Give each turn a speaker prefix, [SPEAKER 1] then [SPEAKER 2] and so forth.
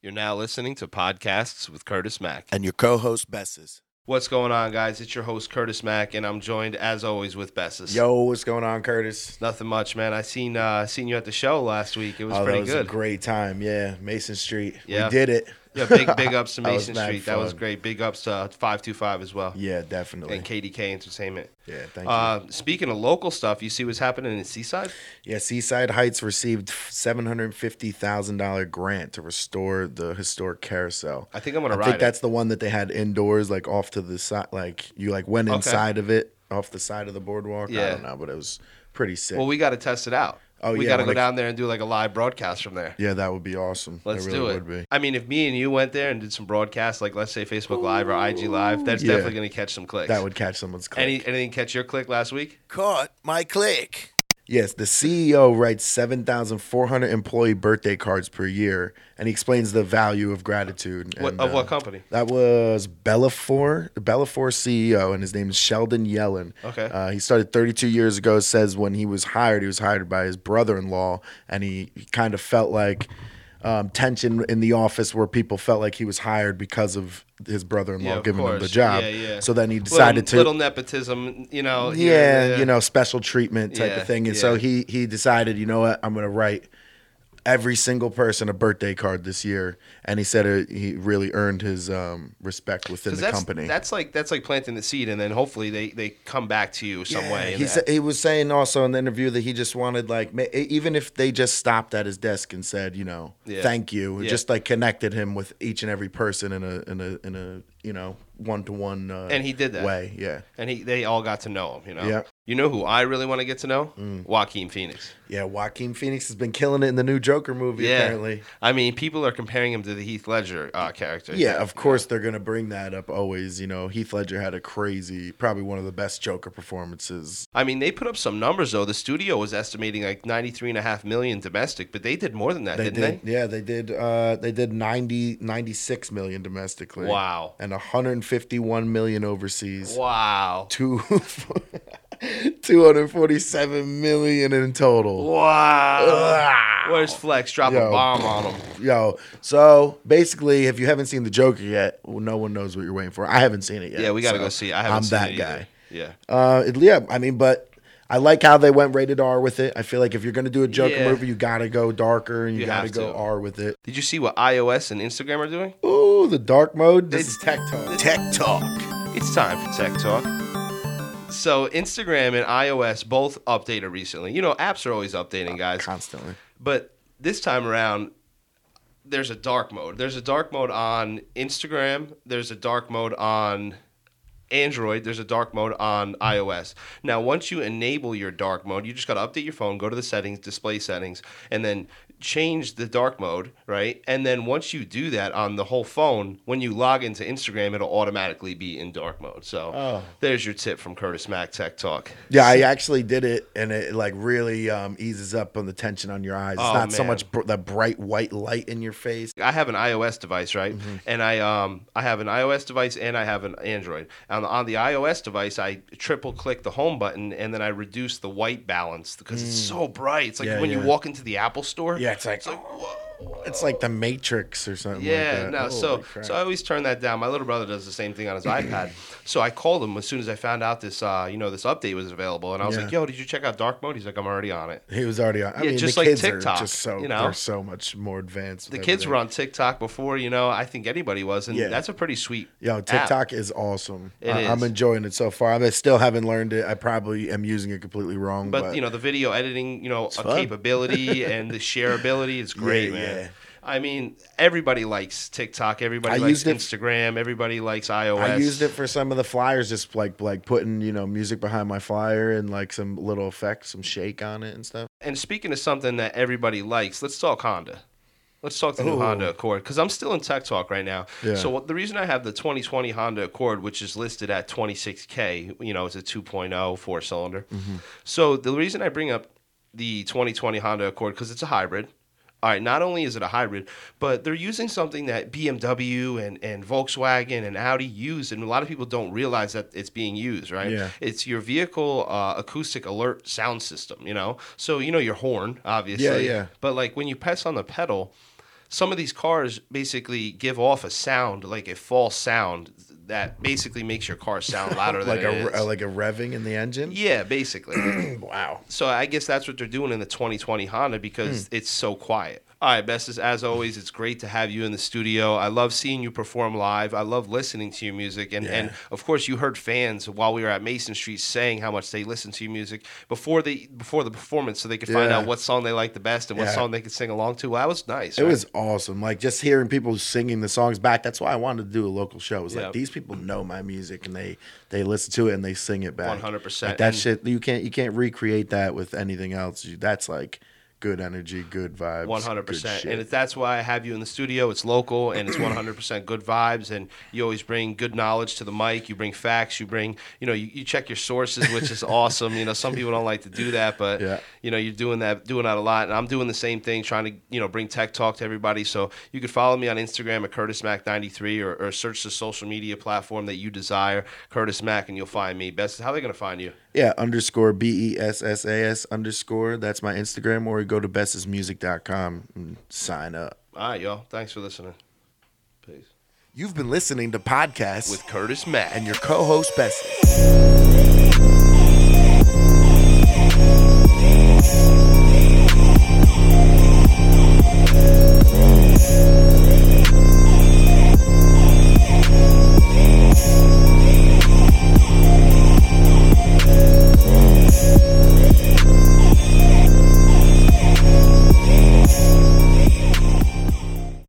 [SPEAKER 1] You're now listening to Podcasts with Curtis Mack.
[SPEAKER 2] and your co-host Besses.
[SPEAKER 1] What's going on, guys? It's your host, Curtis Mack, and I'm joined, as always, with Bessis.
[SPEAKER 2] Yo, what's going on, Curtis?
[SPEAKER 1] Nothing much, man. I seen uh, seen you at the show last week. It was
[SPEAKER 2] oh,
[SPEAKER 1] pretty
[SPEAKER 2] that was
[SPEAKER 1] good.
[SPEAKER 2] a great time. Yeah, Mason Street.
[SPEAKER 1] Yeah.
[SPEAKER 2] We did it.
[SPEAKER 1] yeah, big big ups to
[SPEAKER 2] That was
[SPEAKER 1] Mason
[SPEAKER 2] mad
[SPEAKER 1] Street. That was
[SPEAKER 2] fun.
[SPEAKER 1] great. Big ups to uh, five two five as well.
[SPEAKER 2] Yeah, definitely.
[SPEAKER 1] And KDK Entertainment.
[SPEAKER 2] Yeah, thank
[SPEAKER 1] Uh, speaking of local stuff, you see what's happening in Seaside?
[SPEAKER 2] you. Yeah, Seaside Heights received seven hundred fifty thousand dollar grant to restore the historic carousel.
[SPEAKER 1] I think I'm gonna
[SPEAKER 2] I
[SPEAKER 1] ride
[SPEAKER 2] think
[SPEAKER 1] it.
[SPEAKER 2] that's the one that they had indoors, like off to the side. Like you like went
[SPEAKER 1] Okay.
[SPEAKER 2] inside of it, off the side of the boardwalk. I
[SPEAKER 1] Yeah.
[SPEAKER 2] don't know, but it was pretty sick.
[SPEAKER 1] Well, we got to test it out.
[SPEAKER 2] Oh,
[SPEAKER 1] we
[SPEAKER 2] yeah,
[SPEAKER 1] got to
[SPEAKER 2] well,
[SPEAKER 1] go
[SPEAKER 2] like-
[SPEAKER 1] down there and do like a live broadcast from there.
[SPEAKER 2] yeah, that would be awesome.
[SPEAKER 1] Let's
[SPEAKER 2] that really
[SPEAKER 1] do it.
[SPEAKER 2] would be.
[SPEAKER 1] I mean, if me and you went there and did some broadcasts, like let's say Facebook Live or IG Live, that's
[SPEAKER 2] Yeah.
[SPEAKER 1] definitely going to catch some clicks.
[SPEAKER 2] That would catch someone's click.
[SPEAKER 1] Any, anything catch your click last week?
[SPEAKER 2] caught my click. Yes, the CEO writes 7,400 employee birthday cards per year, and he explains the value of gratitude.
[SPEAKER 1] What,
[SPEAKER 2] and,
[SPEAKER 1] of what
[SPEAKER 2] uh,
[SPEAKER 1] company?
[SPEAKER 2] That was Bellafor, the Bellafor CEO, and his name is Sheldon Yellen.
[SPEAKER 1] Okay.
[SPEAKER 2] Uh, he started 32 years ago. Says when he was hired, he was hired by his brother-in-law, and he, he kind of felt like um, tension in the office where people felt like he was hired because of his brother-in-law
[SPEAKER 1] Yeah, of
[SPEAKER 2] giving him the
[SPEAKER 1] course.
[SPEAKER 2] job.
[SPEAKER 1] Yeah, yeah.
[SPEAKER 2] So then he
[SPEAKER 1] Little-
[SPEAKER 2] decided to
[SPEAKER 1] little nepotism, you know. here
[SPEAKER 2] yeah,
[SPEAKER 1] and there.
[SPEAKER 2] you know, special treatment type
[SPEAKER 1] Yeah,
[SPEAKER 2] of thing. And so
[SPEAKER 1] yeah.
[SPEAKER 2] he he decided, you know what, I'm gonna write every single person a birthday card this year. And he said it, he really earned his um, respect within
[SPEAKER 1] 'Cause
[SPEAKER 2] the
[SPEAKER 1] that's,
[SPEAKER 2] company.
[SPEAKER 1] That's like that's like planting the seed, and then hopefully they they come back to you some
[SPEAKER 2] Yeah,
[SPEAKER 1] way.
[SPEAKER 2] He sa- he was saying also in the interview that he just wanted like ma- e-, even if they just stopped at his desk and said you know
[SPEAKER 1] Yeah.
[SPEAKER 2] thank you, it
[SPEAKER 1] Yeah.
[SPEAKER 2] just like connected him with each and every person in a in a in a you know one to one.
[SPEAKER 1] And he did that.
[SPEAKER 2] way. Yeah,
[SPEAKER 1] and he, they all got to know him. You know.
[SPEAKER 2] Yeah. Mm.
[SPEAKER 1] You know who I really want to get to know? Joaquin Phoenix.
[SPEAKER 2] yeah. Joaquin Phoenix has been killing it in the new Joker movie.
[SPEAKER 1] Yeah.
[SPEAKER 2] Apparently,
[SPEAKER 1] I mean, people are comparing him to the Heath Ledger uh, character.
[SPEAKER 2] Yeah, of course they're gonna bring that up always. You know, Heath Ledger had a crazy, probably one of the best Joker performances.
[SPEAKER 1] I mean, they put up some numbers though. The studio was estimating like ninety-three and a half million domestic, but they did more than that,
[SPEAKER 2] They
[SPEAKER 1] didn't
[SPEAKER 2] did, yeah, they did. Uh, they did 90, 96 million domestically.
[SPEAKER 1] Wow.
[SPEAKER 2] and one hundred and fifty-one million overseas.
[SPEAKER 1] they? Wow.
[SPEAKER 2] Two. 247 million in total.
[SPEAKER 1] Wow. Where's Flex? Drop a
[SPEAKER 2] Yo.
[SPEAKER 1] bomb on him.
[SPEAKER 2] Yo, so basically, if you haven't seen The Joker yet, well, no one knows what you're waiting for. I haven't seen it yet.
[SPEAKER 1] Yeah, we got to
[SPEAKER 2] so
[SPEAKER 1] go see. it. I haven't
[SPEAKER 2] I'm
[SPEAKER 1] seen
[SPEAKER 2] that
[SPEAKER 1] it
[SPEAKER 2] guy.
[SPEAKER 1] either. Yeah.
[SPEAKER 2] Uh, it, yeah, I mean, but I like how they went rated R with it. I feel like if you're gonna do a Joker
[SPEAKER 1] Yeah.
[SPEAKER 2] movie, you gotta go darker and you,
[SPEAKER 1] You
[SPEAKER 2] gotta
[SPEAKER 1] have
[SPEAKER 2] go
[SPEAKER 1] to.
[SPEAKER 2] R with it.
[SPEAKER 1] Did you see what iOS and Instagram are doing?
[SPEAKER 2] Ooh, the dark mode. This
[SPEAKER 1] It's-
[SPEAKER 2] is tech talk. Tech talk.
[SPEAKER 1] It's time for Tech Talk. So, Instagram and iOS both updated recently. You know, apps are always updating, guys.
[SPEAKER 2] Constantly.
[SPEAKER 1] But this time around, there's a dark mode. There's a dark mode on Instagram. There's a dark mode on Android. There's a dark mode on iOS. Now, once you enable your dark mode, you just got to update your phone, go to the settings, display settings, and then change the dark mode, right? And then once you do that on the whole phone, when you log into Instagram, it'll automatically be in dark mode. So
[SPEAKER 2] Oh.
[SPEAKER 1] there's your tip from Curtis Mack Tech Talk.
[SPEAKER 2] Yeah, I actually did it, and it like really um, eases up on the tension on your eyes. It's
[SPEAKER 1] Oh,
[SPEAKER 2] not so
[SPEAKER 1] man.
[SPEAKER 2] much br- that bright white light in your face.
[SPEAKER 1] I have an iOS device, right?
[SPEAKER 2] Mm-hmm.
[SPEAKER 1] And I um I have an iOS device and I have an Android. On on the iOS device, I triple click the home button and then I reduce the white balance because it's so bright. It's like
[SPEAKER 2] Mm. Yeah,
[SPEAKER 1] when you
[SPEAKER 2] yeah.
[SPEAKER 1] walk into the Apple store.
[SPEAKER 2] Yeah, it's like
[SPEAKER 1] It's
[SPEAKER 2] oh,
[SPEAKER 1] like whoa.
[SPEAKER 2] it's like the Matrix or something.
[SPEAKER 1] Yeah,
[SPEAKER 2] like that.
[SPEAKER 1] no.
[SPEAKER 2] Holy
[SPEAKER 1] so,
[SPEAKER 2] crap.
[SPEAKER 1] so I always turn that down. My little brother does the same thing on his iPad. So I called him as soon as I found out this, uh, you know, this update was available, and I was
[SPEAKER 2] Yeah.
[SPEAKER 1] like, "Yo, did you check out dark mode?" He's like, "I'm already on it."
[SPEAKER 2] he was already on. I
[SPEAKER 1] Yeah,
[SPEAKER 2] mean,
[SPEAKER 1] just
[SPEAKER 2] the
[SPEAKER 1] like
[SPEAKER 2] kids
[SPEAKER 1] TikTok,
[SPEAKER 2] are just so
[SPEAKER 1] you know?
[SPEAKER 2] they're so much more advanced.
[SPEAKER 1] The
[SPEAKER 2] with
[SPEAKER 1] kids
[SPEAKER 2] everything.
[SPEAKER 1] were on TikTok before, you know. I think anybody was, and
[SPEAKER 2] Yeah.
[SPEAKER 1] that's a pretty sweet.
[SPEAKER 2] Yo,
[SPEAKER 1] app.
[SPEAKER 2] TikTok is awesome.
[SPEAKER 1] It
[SPEAKER 2] I,
[SPEAKER 1] is.
[SPEAKER 2] am enjoying it so far. I still haven't learned it. I probably am using it completely wrong.
[SPEAKER 1] but,
[SPEAKER 2] But,
[SPEAKER 1] you know the video editing you know a
[SPEAKER 2] fun.
[SPEAKER 1] capability and the shareability is great
[SPEAKER 2] Yeah,
[SPEAKER 1] man
[SPEAKER 2] yeah.
[SPEAKER 1] i mean everybody likes tiktok everybody
[SPEAKER 2] I
[SPEAKER 1] likes
[SPEAKER 2] used it-
[SPEAKER 1] instagram everybody likes ios
[SPEAKER 2] I used it for some of the flyers, just like like putting you know music behind my flyer and like some little effects, some shake on it and stuff.
[SPEAKER 1] and speaking of something that everybody likes let's talk honda Let's talk the new
[SPEAKER 2] Ooh.
[SPEAKER 1] Honda Accord because I'm still in tech talk right now.
[SPEAKER 2] Yeah.
[SPEAKER 1] So what, the reason I have the 2020 Honda Accord, which is listed at 26k, you know, it's a 2.0 four cylinder.
[SPEAKER 2] Mm-hmm.
[SPEAKER 1] So the reason I bring up the 2020 Honda Accord because it's a hybrid. All right, not only is it a hybrid, but they're using something that BMW and, and Volkswagen and Audi use, and a lot of people don't realize that it's being used, right?
[SPEAKER 2] Yeah.
[SPEAKER 1] It's your vehicle uh, acoustic alert sound system, you know? So, you know, your horn, obviously.
[SPEAKER 2] yeah.
[SPEAKER 1] But like when you press on the pedal, some of these cars basically give off a sound like a false sound that basically makes your car sound louder than
[SPEAKER 2] like
[SPEAKER 1] it
[SPEAKER 2] a
[SPEAKER 1] is.
[SPEAKER 2] like a revving in the engine.
[SPEAKER 1] yeah, basically.
[SPEAKER 2] Wow.
[SPEAKER 1] so I guess that's what they're doing in the 2020 Honda because
[SPEAKER 2] Hmm.
[SPEAKER 1] it's so quiet. All right, Bestis, as always, it's great to have you in the studio. I love seeing you perform live. I love listening to your music. And, and of course, you heard fans while we were at Mason Street saying how much they listen to your music before the before the performance so they could find
[SPEAKER 2] Yeah.
[SPEAKER 1] out what song they like the best and what
[SPEAKER 2] Yeah.
[SPEAKER 1] song they could sing along to. Well, that was nice.
[SPEAKER 2] It
[SPEAKER 1] right?
[SPEAKER 2] was awesome. Like just hearing people singing the songs back. That's why I wanted to do a local show. It was
[SPEAKER 1] Yeah.
[SPEAKER 2] like these people know my music and they they listen to it and they sing it back.
[SPEAKER 1] 100%.
[SPEAKER 2] Like, that
[SPEAKER 1] And-
[SPEAKER 2] shit you can't you can't recreate that with anything else. You, that's like good energy, good vibes.
[SPEAKER 1] One hundred
[SPEAKER 2] good
[SPEAKER 1] percent,
[SPEAKER 2] shit.
[SPEAKER 1] and if that's why I have you in the studio. It's local, and it's one hundred percent good vibes. And you always bring good knowledge to the mic. You bring facts. You bring, you know, you, you check your sources, which is awesome. You know, some people don't like to do that, but
[SPEAKER 2] Yeah.
[SPEAKER 1] you know, you're doing that, doing that a lot. And I'm doing the same thing, trying to, you know, bring tech talk to everybody. So you can follow me on Instagram at CurtisMac93 or, or search the social media platform that you desire, Curtis Mac, and you'll find me. Best, how they gonna find you?
[SPEAKER 2] Yeah, underscore B E S S A S underscore. That's my Instagram, or you go to bestesmusic.com and sign up.
[SPEAKER 1] All right, y'all. Thanks for listening. Peace.
[SPEAKER 2] You've been listening to podcasts
[SPEAKER 1] With Curtis Mac.
[SPEAKER 2] and your co host, Besses.